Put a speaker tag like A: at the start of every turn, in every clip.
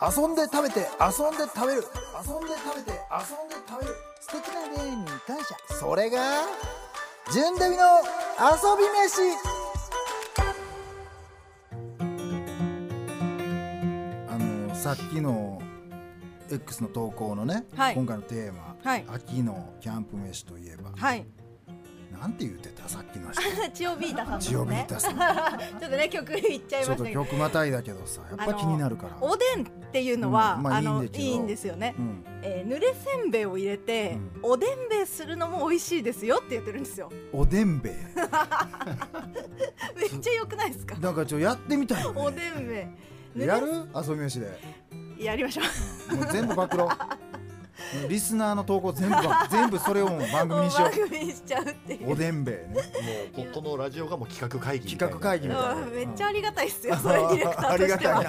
A: 遊んで食べて遊んで食べる遊んで食べて遊んで食べる素敵な出会いに感謝それが純デビの遊び飯あのさっきの X の投稿のね、
B: はい
A: 今回のテーマ、
B: はい
A: 秋のキャンプ飯といえば、
B: はい。
A: なんて言ってたさっきの人
B: チオビータさんです
A: ジオビ
B: ね
A: ー。タ さん
B: ちょっとね曲いっちゃい
A: ちょ
B: ま
A: っ
B: した
A: と
B: けど。
A: 曲またいだけどさやっぱ気になるから
B: おでんっていうのは、
A: うんまあ
B: あ、の
A: い
B: い
A: いんだけ
B: い
A: ど
B: んですよね、
A: うん
B: えー濡れせんべいを入れて、
A: うん
B: おでんべいするのも美味しいですよって言ってるんですよ
A: おでんべい
B: めっちゃ良くないですか
A: なんかちょっとやってみたいよ、ね、
B: おでんべい
A: やる遊び飯で
B: ぬれやりましょ う
A: もう全部暴露もうリスナーの投稿全部暴 露全部それをもう番組にしよ
B: 番組にしちゃうっていう
A: うおでんべいね
C: うここのラジオがもう企画会議みたいな
A: 企画会議みたいな
B: うんめっちゃありがたいですよ、それディレクタ ー
A: あ
B: と
A: りが
B: しては
A: たい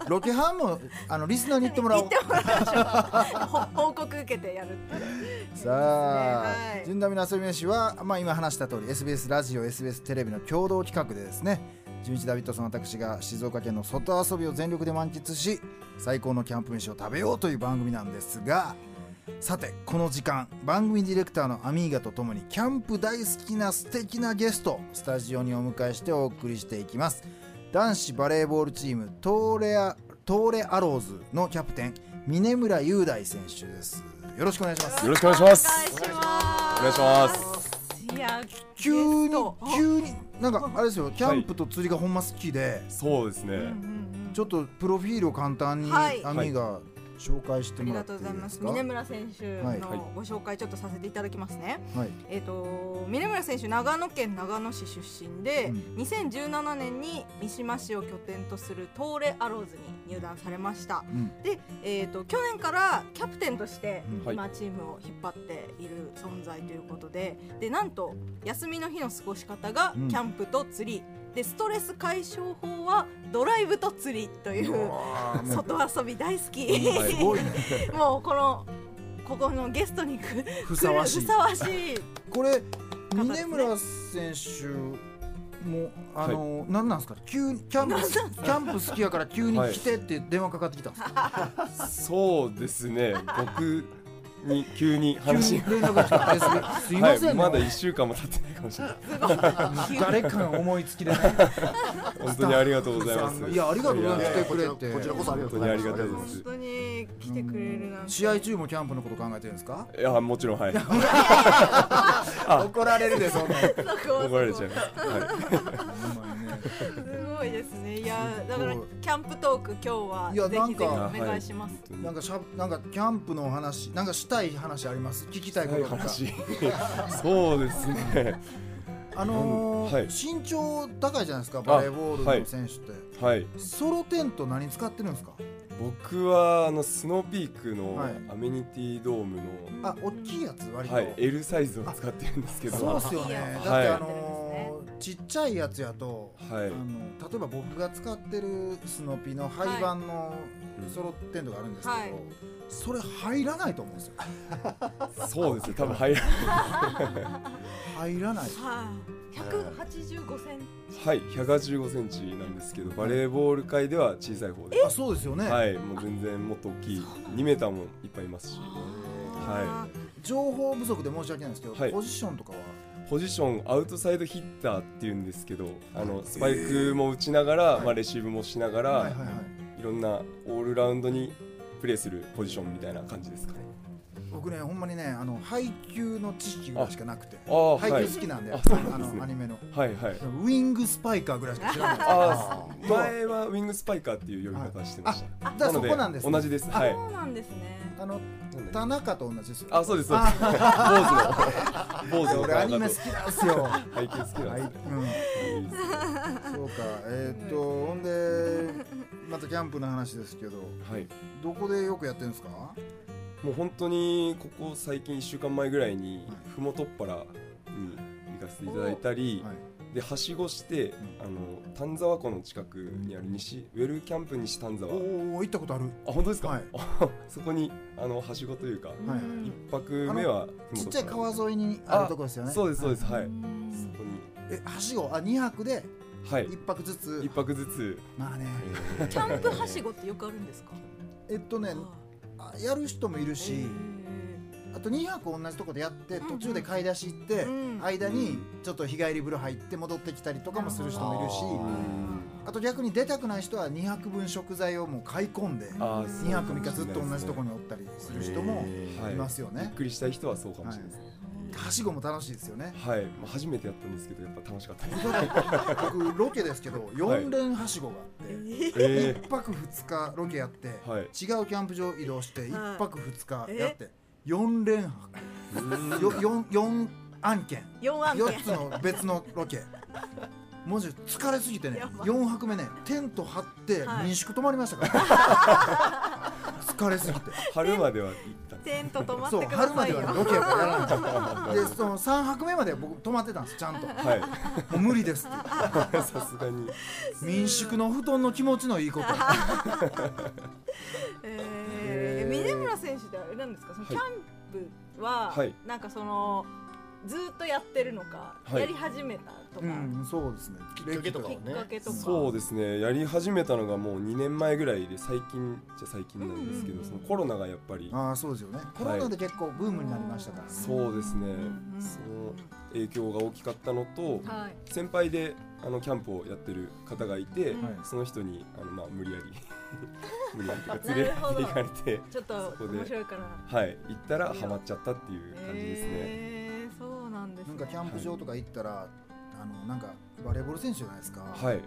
A: なロケハンもあのリスナーに言ってもら
B: 言
A: おう
B: ってもらいましょう ほ報告受けてやるっていう
A: さあ
B: いいで
A: 「
B: すね
A: 純ダミの遊び飯は」まあ、今話した通り SBS ラジオ SBS テレビの共同企画でですね純一ダビッドソン私が静岡県の外遊びを全力で満喫し最高のキャンプ飯を食べようという番組なんですがさてこの時間番組ディレクターのアミーガとともにキャンプ大好きな素敵なゲストをスタジオにお迎えしてお送りしていきます男子バレーボールチームトーレアトーレアローズのキャプテン峰村雄大選手ですよろしくお願いします
D: よろしくお願いします。
B: お
D: お願いします。
B: すいや
A: 急
B: ゲス
A: に
B: ト
A: 急になんかあれですよキャンプと釣りがほんま好きで、
D: そうです
B: うんうんう
D: ね。
B: ん
A: ちょっとプロフィールを簡単に
B: はい
A: アミが紹介して
B: あり
A: もら
B: が
A: っていうい
B: とござい
A: で
B: ますす
A: か
B: 峰村選手
A: はい
D: はい
B: のご紹介ちょっとさせていただきますね、
A: はい
B: えー、と峰村選手長野県長野市出身
A: う
B: で、
A: ん
B: 2017年に三島市を拠点とするトーレアローズに入団されました
A: うん
B: で、えー、と去年からキャプテンとして
A: うん
D: はい
B: 今チームを引っ張っている存在ということででなんと休みの日の過ごし方が
A: うん
B: キャンプと釣り、でストレス解消法はドライブと釣りという外遊び大好き、
D: はい
A: すごいね
B: もうこのここのゲストに来る
A: ふさわし
B: ふ
A: い
B: さわしい
A: これ
B: ね
A: 峰村選手もあの、なんなんですか急にキャンプキャンプ好きやから急に来てって電話かかってきたんですか、
D: そうですね。僕に急に
A: 急
D: 話
A: に
D: が。
A: 連絡が来たえすすいま
D: は
A: せんね、
D: い、まだ一週間も経ってないかもしれない。
B: すごい
A: 誰かが思いつきで、ね、
D: 本当にありがとうございます。
A: いやありがとうございます
D: やや
A: 来てくれて
C: こちらこそありがとうございます
D: 本当にありがとうございます
B: 本当に来てくれるなんて
A: 試合中もキャンプのこと考えてるんですか
D: いや、もちろん、はい。
A: 怒られるでそんなの
B: そこは
D: 怒られ ちゃいます。は
A: ほんまにね
B: すごいですねいや
A: すご
B: だ
A: い
B: からキャンプトーク今
A: い
B: 日
A: や
B: はぜひぜひ
A: なん
D: か
B: お願いします
D: い。
A: なんかしゃなんかキャンプのお話なんかしたい話あります聞きたいこととか、
D: 話。そうですね。
A: あのー
D: はい
A: 身長高いじゃないですかバレーボールの選手って、
D: はい。
A: ソロテント何使ってるんですか
D: 僕は、あの、スノーピークの
A: はい
D: アメニティドーム
A: あ大きいやつ割
D: の。
A: と、
D: はい、L サイズを使ってるんですけど。
A: そうっ
D: は
A: すよね
B: はい
A: だってあのーちっちゃいやつやと、
D: い
A: あ。の例えば僕が使ってるスノピの廃盤のソロテントがあるんですけど、
B: はい
A: それ入らないと思うんですよ
D: そうですね。多分入らない。
A: 入らない
B: はい。185セン
D: はい、185センチなんですけど、バレーボール界では小さい方で
A: あそうですよね、
D: す。はい、もう全然もっと大きい、2メーターもいっぱいいますし、は
A: 情報不足で申し訳ないんですけど、
D: はい
A: ポジションとかは
D: ポジションアウトサイドヒッターっていうんですけど、あのスパイクも打ちながら、まあレシーブもしながら、
A: はい
D: い
A: はいはい
D: ろんなオールラウンドにプレーするポジションみたいな感じですかね。
A: 僕ねほんまにねあの配給の知識ぐらいしかなくて
D: ああ
A: 配
D: はい
A: 給好きなんで、
D: あそう
A: あ
D: なんですね
A: のアニメの
D: はいはい。
A: ウイングスパイカーぐらいしか知らないんです
D: あー
A: どう
D: 前はウィングスパイカーっていう呼び方してました。
A: あだからそこなんですね
D: 同じです。はい。
B: そうなんですね。
A: あの
D: なんで
A: 田中と同じですよ
D: あ、そうです、そうです。坊主の。坊主の
A: 俺アニメ好きなんです よは
D: 背景好きなん
A: い、う
D: です
A: ん
D: ね。、いいですね
A: そうかえーっとほんでまたキャンプの話ですけど
D: はい。
A: どこでよくやってるんですか
D: もう本当にここ最近1週間前ぐらいに
A: はい
D: ふもとっぱらに行かせていただいたり、
A: はい
D: ではしごして、あの丹沢湖の近くにある西ウェルキャンプ西丹沢
A: お
D: あ
A: ーおー行ったことある
D: 本当ですか、
A: はい
D: そこにあのはしごというか
A: はい
D: 一泊目はふも
A: ちっ
D: と
A: ちゃい
D: っぱら
A: 川沿いにあるとこですよね
D: そうですそうですはい、
B: うん
D: そこに
A: えはしごあ二泊で
D: はい
A: 一泊ずつ
D: 一泊ずつ
A: まあね
B: キャンプはしごってよくあるんですか
A: えっとねあやる人もいるし、あと2泊同じとこでやって
B: うんうん
A: 途中で買い出し行って、
B: うん
A: 間にちょっと日帰り風呂入って戻ってきたりとかもする人もいるし、
C: うん
A: あと逆に出たくない人は2泊分食材をもう買い込んで
D: あーそう
A: 2
D: か
A: 泊
D: もしれな
A: 3
D: い
A: 日
D: です
A: ず
D: ね
A: っと同じとこにおったりする人も
D: はい
A: いますよ
D: びっ
A: ね。
D: くりした人はそうかもしれないですね
A: はしごも楽しいですよ ね。
D: はい、まあ、初めてやったんですけどやっぱ楽しかった です
A: 僕ロケですけど4連はしごがあって、
D: え
A: 1泊2日ロケやって、
D: はい
A: 違うキャンプ場移動して1泊2日やって4連泊よ4 4案件
B: 4案
A: 4
B: 件
A: つの別のロケもうちょっと疲れすぎてね
B: やばい
A: 4泊目ねテント張って
B: はい
A: 民宿泊まりましたから、 疲れすぎて
D: 春までは行ったんです
B: テント泊まっ
A: そう
B: てくだ
A: 春ま
B: さい
A: で
B: よ
A: はねロケやからやらなかったでその3泊目までは僕泊まってたんですちゃんとも
D: はい、
A: う無理ですって 言っ
D: さすがに
A: て民宿の布団の気持ちのいい こと
B: えー、峰村選手ってあれなんですかその
D: は
B: キ
D: い
B: ャンプは、
D: はい
B: なんかそのずーっとやってるのか、
D: はい
B: やり始めたとか、
A: うんそうですね
C: きっかけとか
B: きっかけとか
D: そうですすねやり始めたのがもう2年前ぐらいで最近じゃ最近なんですけど、
B: うんうんうん
D: そのコロナがやっぱり
A: ああそうですよねコロナで結構ブームになりましたから、
D: そうですね、
B: んうん
D: その影響が大きかったのと
B: はい
D: 先輩であのキャンプをやってる方がいて、
B: うん
A: はい
D: その人にあの、まあ、無理やり無理やりとか
B: な
D: 連れ
B: る
D: て
B: ほど
D: 行かれて
B: ちょっと
D: そこで
B: 面白いから
D: はい行ったらハマっちゃったっていう感じですね、
B: えー、そうなんです、
A: な
B: ね、
A: んかキャンプ場とか行ったら、あのなんかバレーボール選手じゃないですか、
D: はい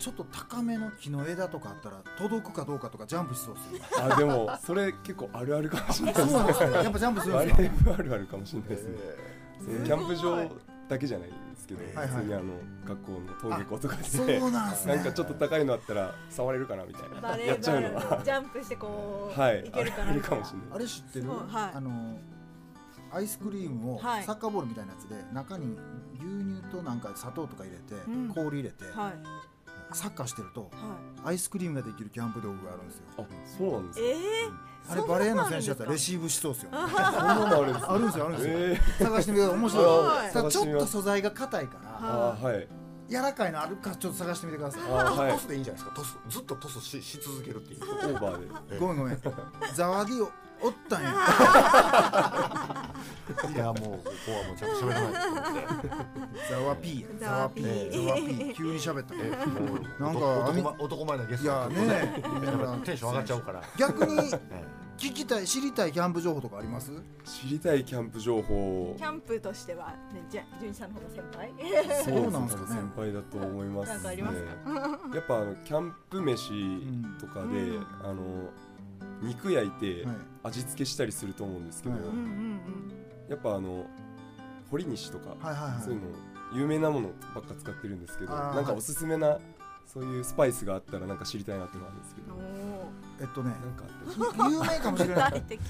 A: ちょっと高めの木の枝とかあったら届くかどうかとかジャンプしそうですよ
D: あでもそれ結構あるあるかもしれな
A: そ
D: い
A: う
D: です
A: なんですよやっぱジャンプするん
D: あ
A: で
D: れ
A: すよ
D: あるあるかもしれないですね、そのキャンプ場だけじゃないんですけど、
A: はいはい
D: 普通にあの学校の登下校とかで
A: そうなんです
D: な
A: ね
D: んかちょっと高いのあったら触れるかなみたい
B: バ
D: な
B: レ
D: やっ
B: ー
D: ち
B: ボ
D: ゃ
B: ー
D: うの
B: ル
D: は
B: ジャンプしてこう、
D: はい
B: いけるか
D: あ
B: な
D: るかもしれ
A: あれ知ってる、
B: そうはい
A: あのアイスクリームを
B: はい
A: サッカーボールみたいなやつで中に牛乳となんか砂糖とか入れて、
B: うん
A: 氷入れて、
B: はい
A: サッカーしてると
B: は
A: アイスクリームができるキャンプ道具があるんですよ
D: ないあそうなんで
B: い
D: す
B: え
D: か
B: ー、
A: あれバレーの選手だったらレ
B: シ
A: シーブしそうですよ
D: そんなのあるんです
A: あるんですよあるんですよ、
D: えー、
A: 探してみてください面白いです
D: すごい
A: ただちょっと素材が硬いから、
D: あーはい
A: 柔らかいのあるかちょっと探してみてください。
D: あーはい
C: トスでいいんじゃないですかトスずっとトスしし続けるっていう
D: オーバーで
A: ごめんご めん。ザワディオおったんや。
C: いやもうここはもうちゃんと喋らないと思って
A: ザワピーや。
B: ザワピー
A: ザワピーザワピー急に喋った。
C: えもう
A: なんか
C: 男前男前なゲス
A: い
C: トだ
A: や
C: と
A: ね、
C: やっぱテンション上がっちゃうから
A: 逆に
C: え
A: 聞きたい知りたいキャンプ情報とかあります？
D: 知りたいキャンプ情報
B: キャンプとしては、ね、じゃ純一さんの方が先輩
D: そ
A: そうなんですかね
D: 先輩だと思いますね
B: なんかあります
D: やっぱあのキャンプ飯とかで、
B: うん
D: あの肉焼いて
A: はい
D: 味付けしたりすると思うんですけど、
A: はい
B: うんうんうん
D: やっぱあの堀西とか、
A: はいはい
D: そういう
A: は
D: の有名なものばっか使ってるんですけど
A: あー
D: なんかおすすめなそういうスパイスがあったらなんか知りたいなってのはあるんですけ ど
B: お
A: い。えっとね、
D: なんかあったりしま
A: 有名かもしれ
B: ー具
A: ない。
B: 体的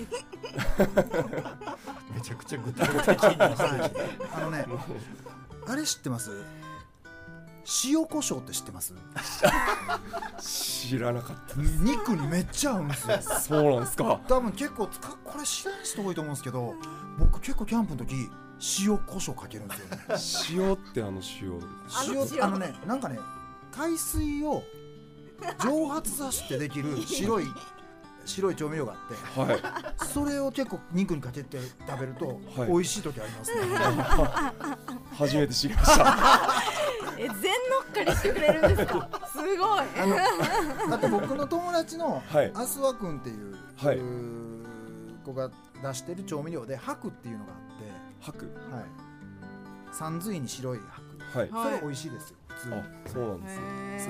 C: めちゃくちゃ具体的に
A: はいあのね、あれ知ってます？塩コショウって知ってます？
D: す知らなかっ
A: 肉にめっちゃ合うんですよ。
D: たそうなんですか
A: 多分結構使うこれ知らない人多いと思うんですけど、僕結構キャンプの時塩コショウかけるんですよね。
D: 塩ってあの塩
B: あの
A: 塩
B: 塩
A: あのねなんかね海水を蒸発させてで きる白い白い調味料があ
D: はい
A: ってそれを結構肉にかけて食べると
D: はい
A: 美味しい時ありますね、
D: 初めて知りました
B: え全乗っかりしてくれるんですかすごい
A: あのだって僕の友達の
D: はい
A: アスワ君っていう、
D: はいう
A: ー子が出してる調味料で白っていうのがあ
D: 白
A: って、はい、三髄に白い
D: はい
A: 白
B: はい
A: それ美味しいですよ普通に
D: あそうなんですね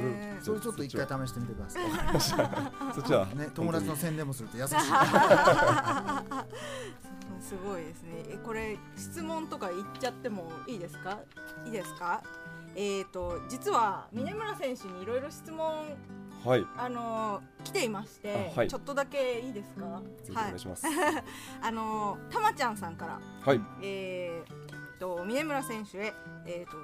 B: へー
A: それちょっと一回試してみてください、
D: そっちは
A: ね、友達の
D: 本
A: 宣伝もすると優しい
B: すごいですね。えこれ質問とか言っちゃってもいいですか？いいですか？えっ、と実は峰村選手にいろいろ質問
D: 当にはい
B: あのー来ていまして、
D: あはい
B: ちょっとだけいいですか？
D: ぜひお
B: は
D: 願
B: い
D: い。します
B: あのーたまちゃんさんから
D: はい
B: えー、と峰村選手へえー、と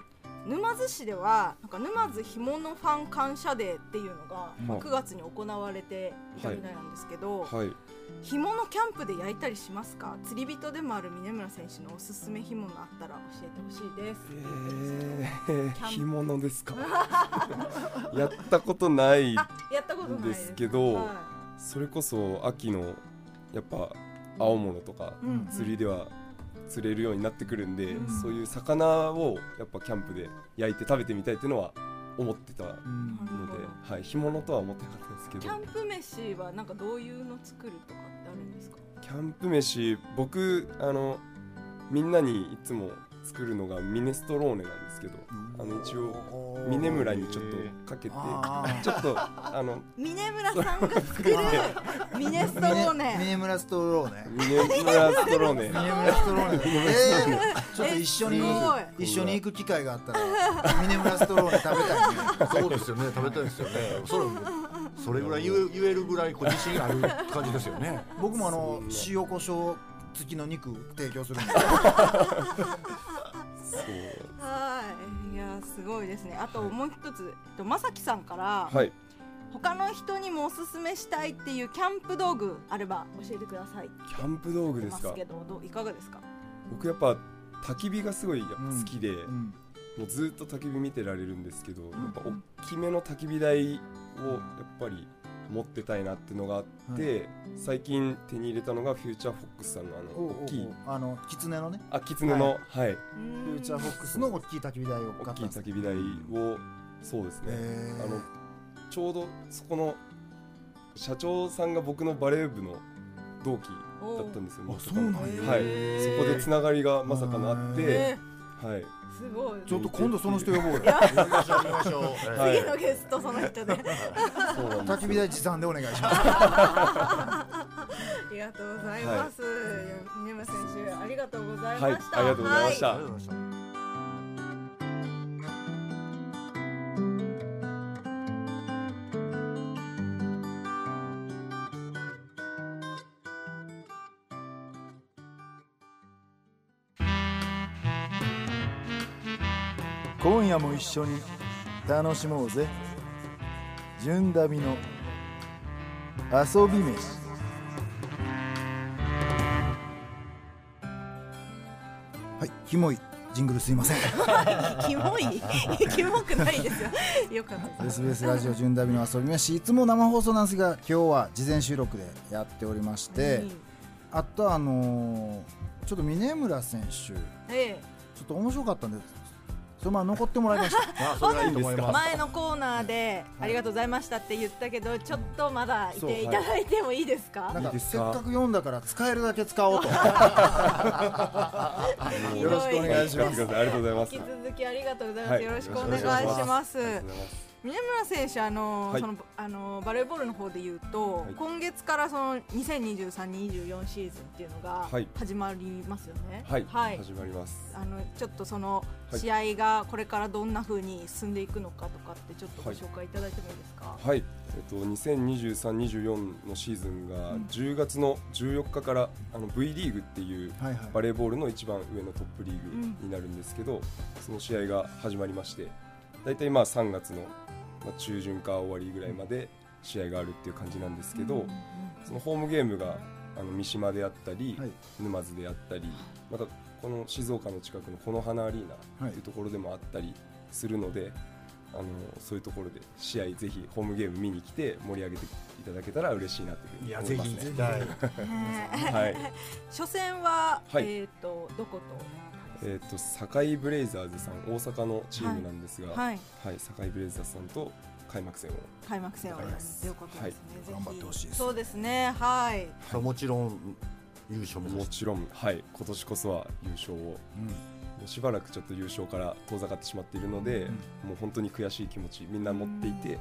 B: 沼津市ではなんか沼津ひものファン感謝デーっていうのが、まあ
D: はい
B: 9月に行われていたみたいなんですけど、
D: はい
B: 干物キャンプで焼いたりしますか釣り人でもある峰村選手のおすすめ干物あったら教えてほしいです
D: えー、
B: キャン
D: 干物ですか やったことない
B: あやったことないで
D: ですすけど
B: は
D: それこそ秋のやっぱ青物とか
B: いうんうん
D: 釣りでは釣れるようになってくるんで、
B: うん
D: そういう魚をやっぱキャンプで焼いて食べてみたいっていうのは思ってたので、
A: うん
D: はい、干物とは思ってなかったんですけど
B: キャンプ飯はなんかどういうの作るとかってあるんですか
D: キャンプ飯僕あのみんなにいつも作るのがミネストローネなんですけどあの一応峰村にちょっとかけて
A: あ ー
D: ちょっとあの
B: 峰村さんが 作るミネストロー
A: ミ
B: ネ
A: ネ村ストローネ
D: ミネ村ストローネ
A: ミネ村ストローネえーちょっと一緒に
B: えすごい
A: 一緒に行く機会があったらミネ村ストローネ食べたいね
C: そうですよね食べたいですよねそれそれぐらい言え言えるぐらいこう自信ある感じですよね
A: 僕もあ の
D: そ
A: 塩コショウ付きの肉提供するんで
D: そう
B: はいいやすごいですねあともう一つえっとまさきさんから
D: はい
B: 他の人にもおすすめしたいっていうキャンプ道具あれば教えてください
D: キャンプ道具で
B: ますす
D: か
B: けどどういかがですか
D: 僕やっぱ焚き火がすごいやっぱ好きで、
A: うん
D: もうずっと焚き火見てられるんですけど、
B: ん
D: やっぱ大きめの焚き火台をやっぱり持ってたいなっていうのがあって、最近手に入れたのがフューチャーフォックスさんのあ
A: おうおうお
D: の
A: う
D: 大きい
A: あの狐のね
D: あキツネのはい、
B: フ
A: フューチャーフォックスの大きい焚き火台を買
D: 大
A: った
D: きい
A: んです
D: 焚き火台をそうですね、
A: へー
D: あのちょうどそこの社長さんが僕のバレー部の同期だったんですよ
A: おう
D: 元カノ
A: あそうなん
B: や
D: はい
B: へ
D: そ
B: ー
D: こでつながりがまさかのあっ
A: へ
D: て
B: え
D: はい
B: ーすごい
A: ちょっと今度その人呼ぼうよ
C: 行きましょう行きましょう
D: は
C: はい
D: い
B: 次のゲストその 人で
D: そうなんですよ
A: 焚き火台持参でお願いします
B: ありがとうございます、いや峰村選手ありがとうございました、
D: はいありがとうございました
C: ありがとうございました
A: 今夜も一緒に楽しもうぜ純ダビの遊び飯はいキモいジングルすいま せん
B: キモい キモくないですよよかったです
A: SBS ラジオ純ダビの遊び飯いつも生放送なんですが今日は事前収録でやっておりまして、
B: うん
A: あとはあのーちょっと峰村選手ちょ
B: ええ
A: っと面白かったんですそのまま残ってもらいました
C: まあそれがいいと思います
B: 前のコーナーでありがとうございましたって言ったけどちょっとまだいていただいてもいいです
A: な
B: か、
A: ん
D: いい
A: か
D: で
A: せ
D: す
A: っ
D: か
A: かく読んだから使えるだけ使おうと
B: ひど
A: よろしくお願いします
D: ありがとうございます
B: 引き続きありがとうございます、
D: はい
B: よろしくお願いします
D: ありがとうございます
B: 峰村選手あの、
D: はい
B: そのあのバレーボールの方で言うと、
D: はい
B: 今月からその2023-24シーズンっていうのが
D: はい
B: 始まりますよね
D: はい、始まります。
B: あのちょっとその
D: はい
B: 試合がこれからどんな風に進んでいくのかとかってちょっとご
D: はい
B: 紹介いただいてもいいですか、
D: はい、えっと2023-24のシーズンが10月の14日からあの V リーグっていう
A: はいはい
D: バレーボールの一番上のトップリーグになるんですけど、その試合が始まりまして、だいたいまあ3月のまあ中旬か終わりぐらいまで試合があるっていう感じなんですけど、そのホームゲームがあの三島であったり、
A: はい
D: 沼津であったりまたこの静岡の近くのこの花アリー
A: は
D: ナ
A: い
D: というところでもあったりするので、あのそういうところで試合ぜひホームゲーム見に来て盛り上げていただけたら嬉しいなというふう
C: い
D: に
C: や
D: 思い
C: ぜ
D: ま
C: ひ
D: す
C: 行
D: ね。
C: きたい
B: ねえ
D: はい、
B: 初戦は、
D: はい
B: えっ、とどこと
D: えっ、と堺ブレイザーズさん大阪のチームなんですが、
B: はい
D: はい、堺ブレイザーズさんと開幕戦を
B: 開幕戦をやる
D: はい
B: ということですね、ぜひ
A: 頑張ってほしいです
B: そうですねはい
C: そうもちろん優勝目指
D: も
C: して
D: ちろん、はい、今年こそは優勝をもうしばらくちょっと優勝から遠ざかってしまっているので、
A: うん
D: もう本当に悔しい気持ちみんな持っていて、今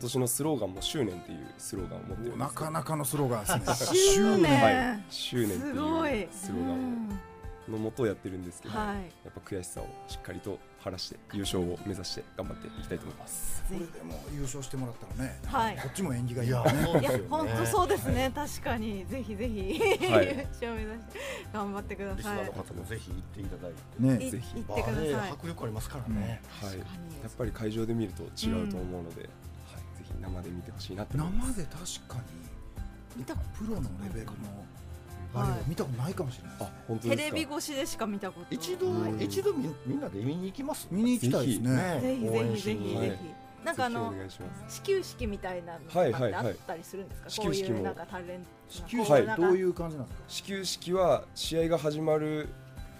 D: 年のスローガンも執念っていうスローガンを持ってるんで
A: な
D: すよ
A: かなかのスローガンですね
B: 執念
D: はい、執念って
B: すご
D: い
B: いう
D: スローガンをのもとやってるんですけど、
B: は
D: や
B: い。
D: っぱ悔しさをしっかりと晴らして優勝を目指して頑張っていきたいと思います。
A: これでも優勝してもらったらね、
B: はい
A: こっちも縁起がいい
C: いや
A: よね。
C: そう
B: い
C: で
B: や
C: すよね
B: 本当そうですね、確かにぜひぜひ、
D: はい
B: 優勝を目指して頑張ってくだ
C: リス
B: さ
C: ナ
B: い。
C: ーの方もぜひ行っていただいて
A: ね
B: い
D: ぜひ
B: 行って
C: まあ
B: ください。
C: ね迫力ありますからね、
D: はい、
B: 確
D: や
B: かに
D: っぱり会場で見ると違うと思うので、はい、ぜひ生で見てほしいなと思いま
A: 生
D: す。
A: で確かに
B: 見た
A: プロのレベルのあれは見たことないかもしれないです
D: あ、本当
B: テ
D: で
B: レビ
D: すか。
B: 越しでしか見たこと
C: 一度、
B: ない
D: うん
C: 一度みみんなで見に行きます
A: 見に行きたいですね。
C: ね
B: ぜひ
C: 応
B: ぜ
C: 援
B: ひ
C: し
B: ぜひぜ
C: に
B: ひ、
D: はい
B: なんかあの
D: ぜひお願いします。
B: 始球式みたいなのと
D: は
B: か
D: い
B: っ
D: はい
B: て
D: は
B: あ
D: い
B: ったりするんですか、
D: 始
B: こ
D: 球
B: う
D: 式
B: い
D: も
B: うなんかタレント
A: 始球
D: は
A: 式
D: い
A: どういう感じなんです
D: 始球式は試合が始まる、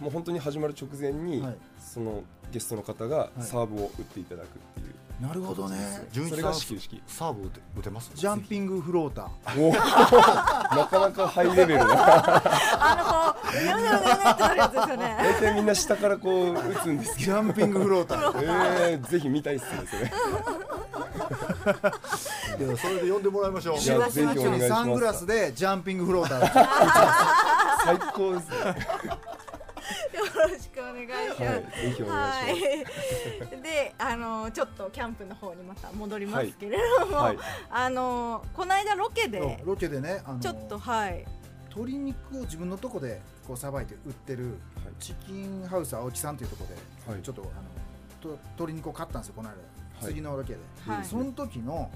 D: もう本当に始まる直前に、
A: か。はい。
D: そのゲストの方が
A: い
D: サーブを打っていただくっていう。
A: なるほどね。
C: 純
D: そ
C: 一
D: れ
C: さ
D: が
C: ん
D: 始球式。
C: サーブ打て打てます
A: ジャンピングフローター。
D: おなかなかハイレベルな。
B: あのこううにゃうにゃうにゃうにゃってなるやつですよね
D: 大体みんな下からこう打つんですけ
A: ジ
D: ど。
A: ャンピングフローター。
D: えー、ぜひ見たいっすね、それ。
C: いやそれで呼んでもらいましょう
D: い
A: シ
D: や
A: ワ
D: ぜひお願いします
A: サングラスでジャンピングフローター。
D: 最高ですね。
B: よろしくお願いします、
D: はい、ぜひお願いし
B: はい、であのちょっとキャンプの方にまた戻りますけれども、
D: ます。はい。
B: あのこの間ロケで
A: ロケでね、あの
B: ちょっとはい
A: 鶏肉を自分のとこでこうさばいて売ってるチキンハウス青木さんというとこで、
D: はい
A: ちょっとあのと鶏肉を買ったんですよこの間、
D: はい
A: 次のロケで、
B: はい
A: その時の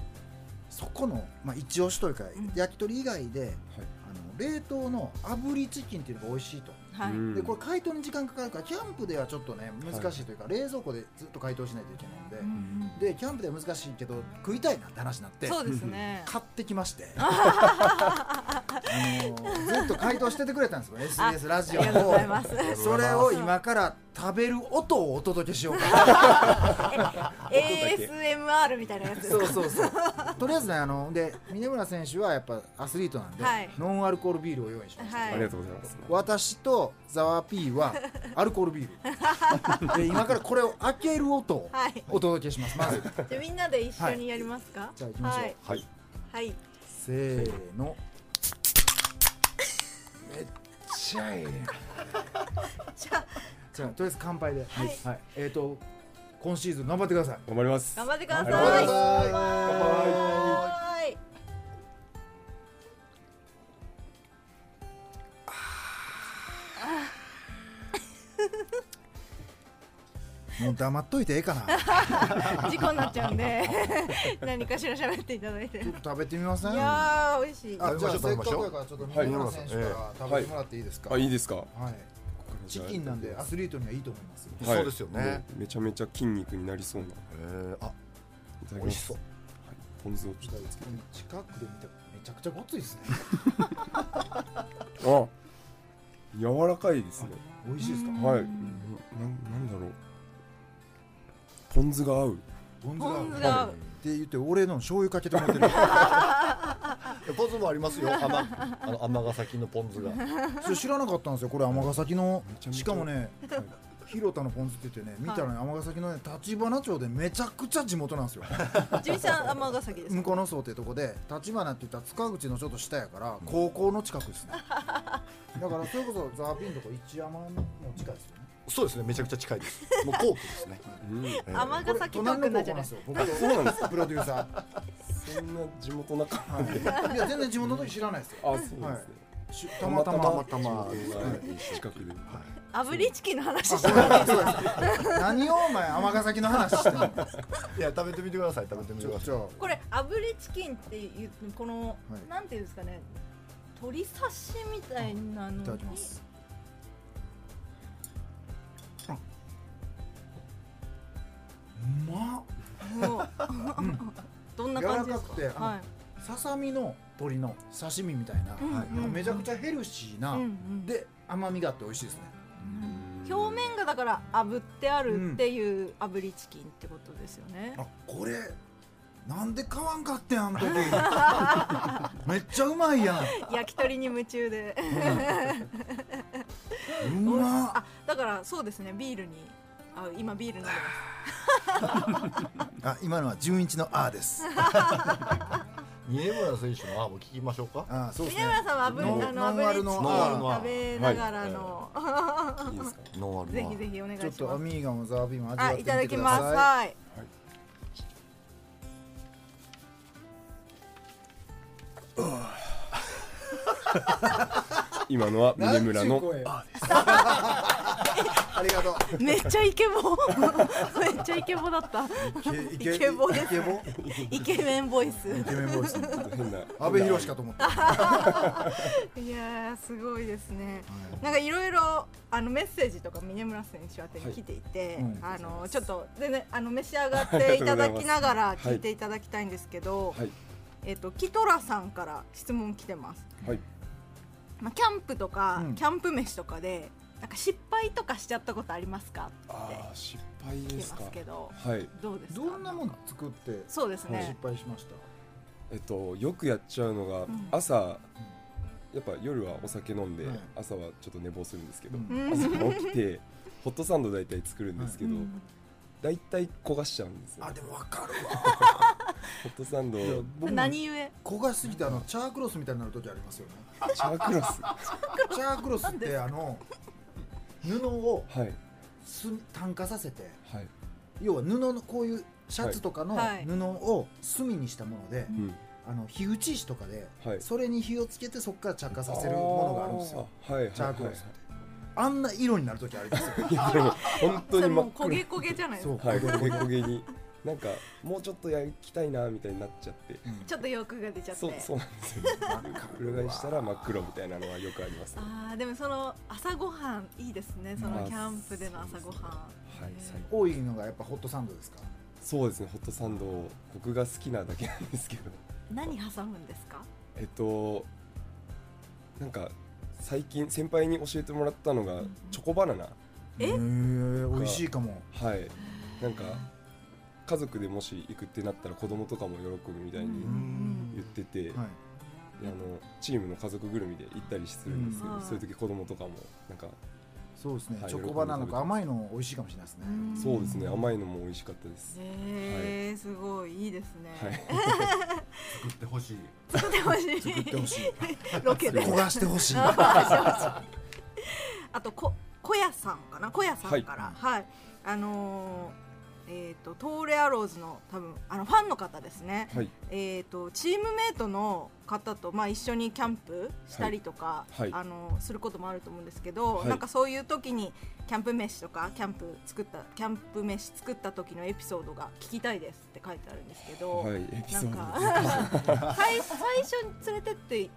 A: そこの、まあ、一押しというか、
B: ん
A: 焼き鳥以外であの冷凍の炙りチキンっていうのが美味しいと、
B: はい、
D: うん
A: でこれ解凍に時間かかるからキャンプではちょっとね難しいというか、冷蔵庫でずっと解凍しないといけないので、
B: うん
A: でキャンプでは難しいけど食いたいなって話になって
B: そうですね
A: 買ってきまして あのずっと回答しててくれたんですよ SBS ラジオ
B: ありがとうござい
A: を
B: ます
A: それを今から食べる音をお届けしようか
B: ASMR みたいなやつです
A: そう
B: か
A: そうそうとりあえずねあので峰村選手はやっぱアスリートなんで、
B: はい
A: ノンアルコールビールを用意しました、
B: は
D: ありがとうございます。
A: 私とザワピーはアルコールビール で今からこれを開ける音を
B: はい
A: お届けしますまず
B: じゃあみんなで一緒にやりますか、はい、
A: じゃあ行きましょう
C: はい
B: はい
A: せーのめっちゃええねん
B: じゃあ
A: じゃあとりあえず乾杯で、
B: はい
A: えっ、と今シーズン頑張ってください。
D: 頑張ります。
B: 頑張ってください
D: 頑張ります
A: 乾
D: 杯
B: はい
A: もう黙っといてええかな。ち
B: 事故になっちゃうんで 何かしら喋っていただいてい
A: ょっと食べてみません。あ、
B: やー美味しい
A: じゃあ
C: 食べまし
A: せ
C: ょ
A: っか
C: う食べましょう
A: くやからちょっと三村選手か
C: え
A: ら食べてもらっていいですか。
D: あ、
A: はい。
D: いいですか。
A: チキンなんでアスリートにはいいと思いますよ。
D: はい
C: そうですよね。
D: めちゃめちゃ筋肉になりそうな。い
C: えー、あ
D: ただき
C: 美
D: ま
C: 味し
D: す。
C: そう
D: はい。ポン酢をち
A: 近
D: ょ
A: く
D: っ
A: で
D: と
A: 見
D: つけて。
A: たらめちゃくちゃごついですね。
D: あ。柔らかいですね。
A: 美味しいですか。
D: はい。なん、なんだろう。ポン酢が合う。
A: ポン酢
B: ポン
A: が
B: 酢
A: っ
B: が合う
A: て言って俺の醤油かけてもらってる。
C: ポン酢もありますよ甘あの尼崎のポン酢が
A: それ知らなかったんですよ。これ尼崎の
D: めちゃめちゃ
A: しかもね。広田のポン酢って言ってね見たらね尼崎のね立花町でめちゃくちゃ地元なんですよ。
B: 純一さん尼崎です
A: 向
B: か
A: こうの層ってとこで立花って言ったら塚口のちょっと下やから高校の近くですねだからそれこそザワピンとか一山の近いですよね
C: そうですねめちゃくちゃ近いですもう皇居ですね、
D: うん。
C: えー
B: 尼崎遠くなっちゃいます
A: よ僕そうなん ですプロデューサ
D: そんな地元仲間。
A: ー、はい、いや全然地元の時知らないですよ
D: あ、そうですね。
A: したまたま
C: たまたま
D: 地元が近くで。
B: 炙りチキンの話し
A: そ
B: て
A: うだ そうだ何をお前尼崎の話してんの
C: いや食べてみてください食べてみ
A: ち
C: て
A: ょ
C: くだ
A: ち
C: さい
A: ょ
B: これ炙りチキンっていうこの、
A: い
B: なんていうんですかね鶏刺しみたいなのに
A: いただきますあうまっ
B: もうどんな感じですか
A: 柔らかくて
B: はい
A: ささみの鶏の刺身みたいな、
B: うん
A: はい
B: うん
A: めちゃくちゃヘルシーな、
B: うんうん
A: で甘みがあって美味しいですね
B: 表面がだから炙ってあるっていう炙りチキンってことですよね、
A: あこれなんで買わんかってんあ の時めっちゃうまいやん
B: 焼き鳥に夢中で
A: うまっ
B: あだからそうですねビールにあ今ビール飲んでます
A: あ今のは純一の「あ」です
C: 峰村選手のアーム聞きましょうか。
A: ああそうですね
B: 峰村さんはぶ
A: ノ
B: ん
A: ン
B: あの
A: ノンアル
B: 炙り
A: の
B: チ
C: ノン
B: キン
C: アル
B: 食べながらの、
D: いいですかね
C: ノンアル
B: ぜひぜひお願いし
A: ちょ
B: ま
A: っ
B: す
A: とアミーガもザービーも味わっ
B: あ
A: て
B: い
A: み
B: ただ
A: て
B: き
A: く
B: ます
A: ださ
B: はい
D: 今のはい峰村
A: なん
D: の
A: ちゅう声 ありがとう
B: めっちゃイケボめっちゃイケボだ った
A: イ
B: イケボです
A: イケボ
B: イケメンボイス
A: イケメンボイス
D: ちょっと変な
A: 阿部寛かと思った
B: いやーすごいですねなんかいろいろあのメッセージとか峰村選手宛てに来てい
A: い
B: て、
A: うん
B: あのちょっと全然あの召し上がっていただきながら聞いていただきたいんですけど、
D: はい
B: えっとキトラさんから質問来てます。
D: はい
B: まあキャンプとか、
A: うん
B: キャンプ飯とかでなんか失敗とかしちゃったことありますかって
D: ああ失敗
B: 聞
D: で
B: き
D: す
B: ま
D: か
B: すけど
D: はい
B: どうですか。
A: どんなもの作って
B: そうです
A: 失
B: ね。
A: 敗しました
D: えっとよくやっちゃうのが
B: ん
D: 朝やっぱ夜はお酒飲んで
A: はい
D: 朝はちょっと寝坊するんですけど
A: うん
B: うん
D: 朝起きてホットサンド大体作るんですけど
B: うん
D: 大体焦がしちゃうんですよ
A: あでもわかるわ
D: ホットサンド
A: いや僕も
B: 何故
A: 焦がしすぎてあのチャークロスみたいになる時ありますよね
D: チャークロス
A: チャークロスってあの布を
D: はい
A: す炭化させて
D: はい
A: 要は布のこういうシャツとかの
B: はい
A: 布を墨にしたもので、
D: うん
A: あの火打ち石とかで、
D: はい
A: それに火をつけてそこから着火させるものがあるんですよ
D: あーはいはい
A: チャークロスっ
D: は
A: て、あんな色になる時ありますよ
D: いいやでも本当
B: それ
D: に
B: も
D: 真っ
B: う焦
D: 黒
B: げ焦げじゃないです
A: そう
B: か。
D: はい、焦げ焦げに、なんか、もうちょっと焼きたいなみたいになっちゃって。
B: ちょっと欲が出ちゃって。
D: そう、そうなんですよ。裏返したら真っ黒みたいなのはよくあります、ね。
B: ああでもその朝ごはんいいですねその
D: まあ
B: キャンプでの朝ごは
D: はい、最高。
A: 多いのがやっぱホットサンドですか
D: そうですね、ホットサンド、僕が好きなだけなんですけど。
B: ん何挟むんですか
D: えっと、なんか、最近先輩に教えてもらったのが、チョコバナナ。
B: え
A: へー美味しいかも
D: はい、なんか、家族でもし行くってなったら、子供とかも喜ぶみたいに
A: うーん
D: 言ってて。
A: はい
D: であのチームの家族ぐるみで行ったりするんですけど、
B: うん
D: そういう時子供とかもなんか
A: そうですね、
D: はい
A: チョコバナナとか甘いの美味しいかもしれないですね、
D: そうですね
B: へ
D: 甘いのも美味しかったです、
B: えすごいいいです
D: は
B: ね
D: い
C: 作ってほしい。
B: 作ってほし
A: 作ってほし
B: い
A: い
B: ロケで
A: 焦がしてほしい
B: あとこ小屋さんかな小屋さんから
A: は
B: はい、あのーえっ、とトーレアローズの多分あのファンの方ですね、
D: はい
B: えー、とチームメートの方と、まあ、一緒にキャンプしたりとか、
D: はいはい
B: あのすることもあると思うんですけど、
D: はい
B: なんかそういう時にキャンプ飯とかキャンプ作ったキャンプ飯作った時のエピソードが聞きたいですって書いてあるんですけど、
D: はいエピ
B: な
D: ソ
B: ん
D: ード
B: か
D: です
B: 最最初に連れてって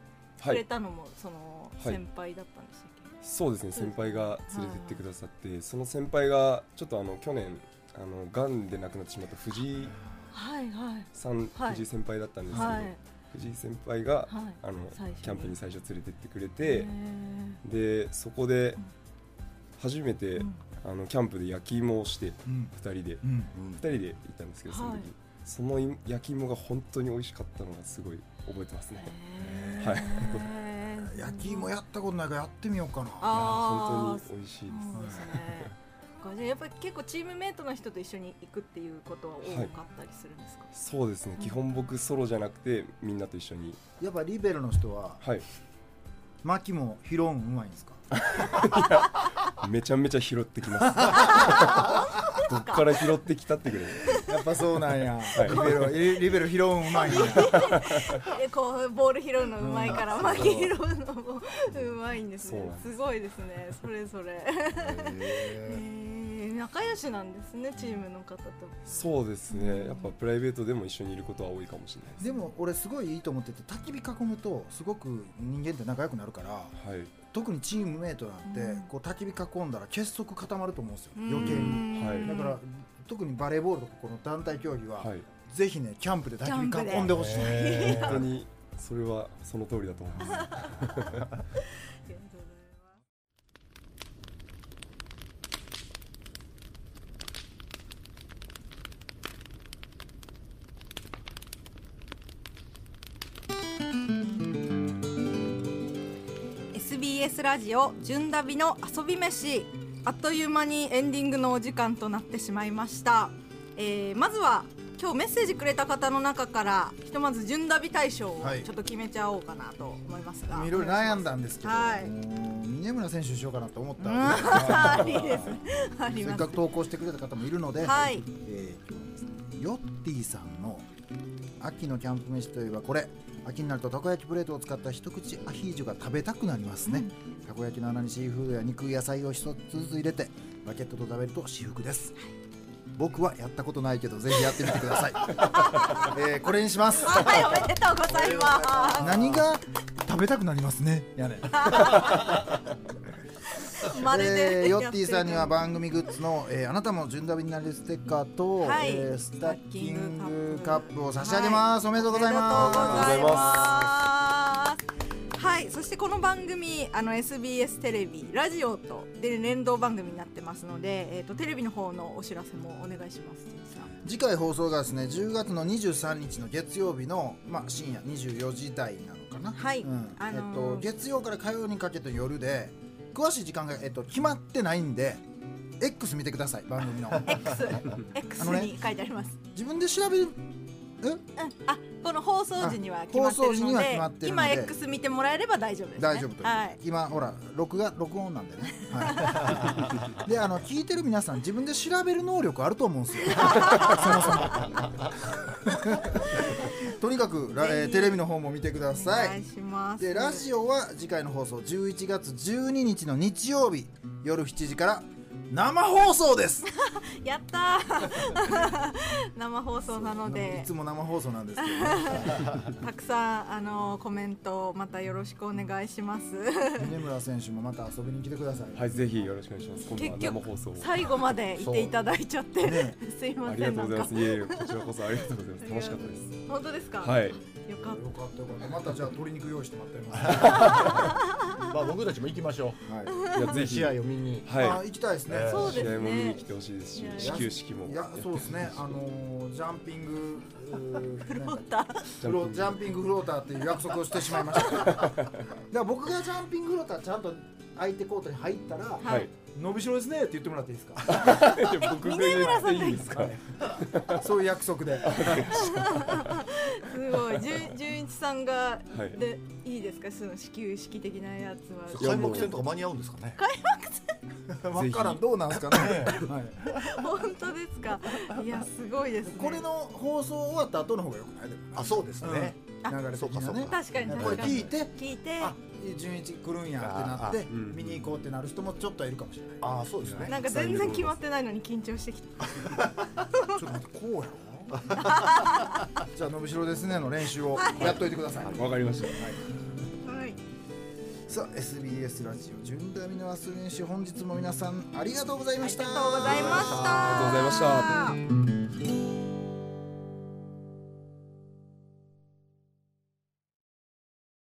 D: は
B: くれ
D: い
B: たのも、その
D: はい
B: 先輩だったんでしたっけ、
D: そうですね先輩が連れてってくださってその先輩がちょっとあの去年あの癌で亡くなってしまった藤井
B: はいはい
D: さん、
B: はい
D: 藤井先輩だったんですけど、
B: はい
D: 藤井先輩が、
B: はい
D: あの
B: 最初に
D: キャンプに最初連れてってくれ
B: へ
D: て
B: ー
D: でそこで初めて、
B: ん
D: あのキャンプで焼き芋をして
A: うん
D: 2人で
A: うん
D: 2人で行ったんですけどその時、
B: はい
D: そのい焼き芋が本当に美味しかったのがすごい覚えてますね、
B: へー
D: はい
A: 焼き芋やったことないからやってみようかな
B: あ
D: 本
B: ー
D: 当に美味しいです、
B: そうですね。これじゃあやっぱり結構チームメイトの人と一緒に行くっていうことは多かったりするんですか。
D: そうですね基本僕ソロじゃなくてみんなと一緒に
A: やっぱリベロの人は
D: はい
A: 薪も拾うんうまいんですか
D: めちゃめちゃ拾って きますどっから拾ってきたってくらい
A: やっぱそうなんや、
D: い
A: リ ベロリリベロ拾うんうまいんや
B: えこうボール拾うのうまいから、
D: うん
B: 巻き拾うのもうまいんです
D: そう
B: ね
D: なん。です
B: すごいですね。それぞれ。えー仲良しなんですねチームの方と。
D: そうですねやっぱプライベートでも一緒にいることは多いかもしれないです
A: でも俺すごいいいと思ってて焚き火囲むとすごく人間って仲良くなるから
D: はい
A: 特にチームメイトなんて、
B: うん
A: こう焚き火囲んだら結束固まると思うんですよ
B: うん
A: 余計に
D: はい
A: だから特にバレーボールとかこの団体競技は、
D: はい
A: ぜひねキャンプで焚き火囲んでほしい、
D: 本当にそれはその通りだと思います
B: ありがとうございます SBS ラジオ「純ダビの遊び飯」あっという間にエンディングのお時間となってしまいました、えーまずは今日メッセージくれた方の中からひとまず準ダビ大賞を
A: はい
B: ちょっと決めちゃおうかなと思いますが、
A: いろいろ悩んだんですけど、
B: はい
A: もう峰村選手にしようかなと思っ
B: う
A: た
B: ん
A: んで
B: ありですねあ
A: せ
B: り
A: っ
B: ま
A: か
B: す
A: く投稿してくれた方もいるので、
B: はい
A: えー今日はですねヨッティさんの秋のキャンプ飯といえばこれ秋になるとたこ焼きプレートを使った一口アヒージョが食べたくなりますね、たこ焼きの穴にシーフードや肉野菜を一つずつ入れてバケットと食べると至福です僕はやったことないけどぜひやってみてくださ い、えーこれにします
B: はいおめでとうございま
A: 何が食べたくなりますねやね
B: すまる
A: え
B: で
A: ーヨッティさんには番組グッズの、えーあなたも純ダビになるステッカーと、
B: はい
A: えースタッキングカップを差し上げます、おめでとうござい
D: お
A: ま
D: めでとうござい
B: す。はい、そしてこの番組あの SBS テレビラジオとで連動番組になってますので、えっ、とテレビの方のお知らせもお願いします。ジンさ
A: す
B: ん
A: 次回放送がですね10月の23日の月曜日の、まあ、深夜24時台なのかな、
B: はい
A: うん
B: あの
A: え
B: ー
A: っと、月曜から火曜にかけての夜で詳しい時間が、えっと、決まってないんで X 見てください番組 の
B: X X
A: あのね
B: に書いてあります。
A: 自分で調べるえ
B: うん、あこの放送時には決まって
A: あ放送
B: る
A: 時に
B: の
A: は
B: で
A: 決まってるの
B: 今
A: で
B: X 見てもらえれば大丈夫です、ね。
A: 大丈夫という、
B: はい。
A: 今ほら録画録音なんでね、はい、であの聞いてる皆さん自分で調べる能力あると思うん ですよそもそもとにかくラ、えー
B: ぜひ
A: テレビの方も見てくだ
B: お
A: さ
B: 願い
A: い
B: します。
A: でラジオは次回の放送11月12日の日曜日夜7時から生放送です
B: やったー 生放送なので
A: いつも生放送なんですけど、
B: たくさんあのコメントまたよろしくお願いします。
A: ね、峰村選手もまた遊びに来てください、
D: はい、ぜひよろしくお願いします。今度
B: 結
D: は生
B: 局
D: 放送を。
B: 最後までいていただいちゃって、
A: ね
B: すいま
D: あり
B: せ
D: が
B: んな
D: とうご
B: ん
D: ざ
B: か
D: います。いえいえ、こちらこそありがとうござ います。楽しかったです。
B: 本当ですか、
D: はい、
B: よかっ
A: よかったよかったまたじゃあ鶏肉用意してもらってます、
C: まあ僕たちも行きましょ
A: はい
D: いや、ぜ
C: う。
D: ひ。
C: 試合
D: は
C: を見に。
A: あ
D: い。
A: 行きたいですね、
C: えー
B: たそうで
D: 試
B: す
D: 合も見
B: ね
D: に来てほしいですし
B: いや、
D: 始球式も。
A: いやそうですね、あのージャンピングう ー
B: フロ
A: なん
B: ー
A: だ
B: ター
A: フロジャンピングフローターっていう約束をしてしまいました。 だから僕がジャンピングフローターちゃんと相手コートに入ったら、
B: は
D: はいい。
A: 伸びしろですねって言ってもらっていいですか？
D: いや僕が言っていいですか。
A: そういう約 束で。
B: すごいじ ゅ純一さんが、
D: はい
B: でいいですかその始球式的なやつは
D: や
C: 開幕戦とか間に合うんですかね。
A: わからんどうなんですかね。はい
B: 本当ですかいやすごいですね
A: これの放送終わった後の方がよくないでも
C: あ、そうですね。
A: 流れ的なね
C: あ。
B: 確かに
A: これ
B: 確かに
A: 聞いて、
B: 聞いて
A: あ、純一来るんやってなって
D: あうん
A: 見に行こうってなる人もちょっといるかもしれない。
C: ああ、そうですね。
B: なんか全然決まってないのに緊張してきた
A: ちょっと待ってこうやろ。 じゃあ伸びしろですねの練習をやっといてください。
D: わかりました。
B: はい
A: さあ SBS ラジオ純ダミのアス練習本日も皆さんありがとうございました
B: ありがとうございました。。
D: ありがとうございました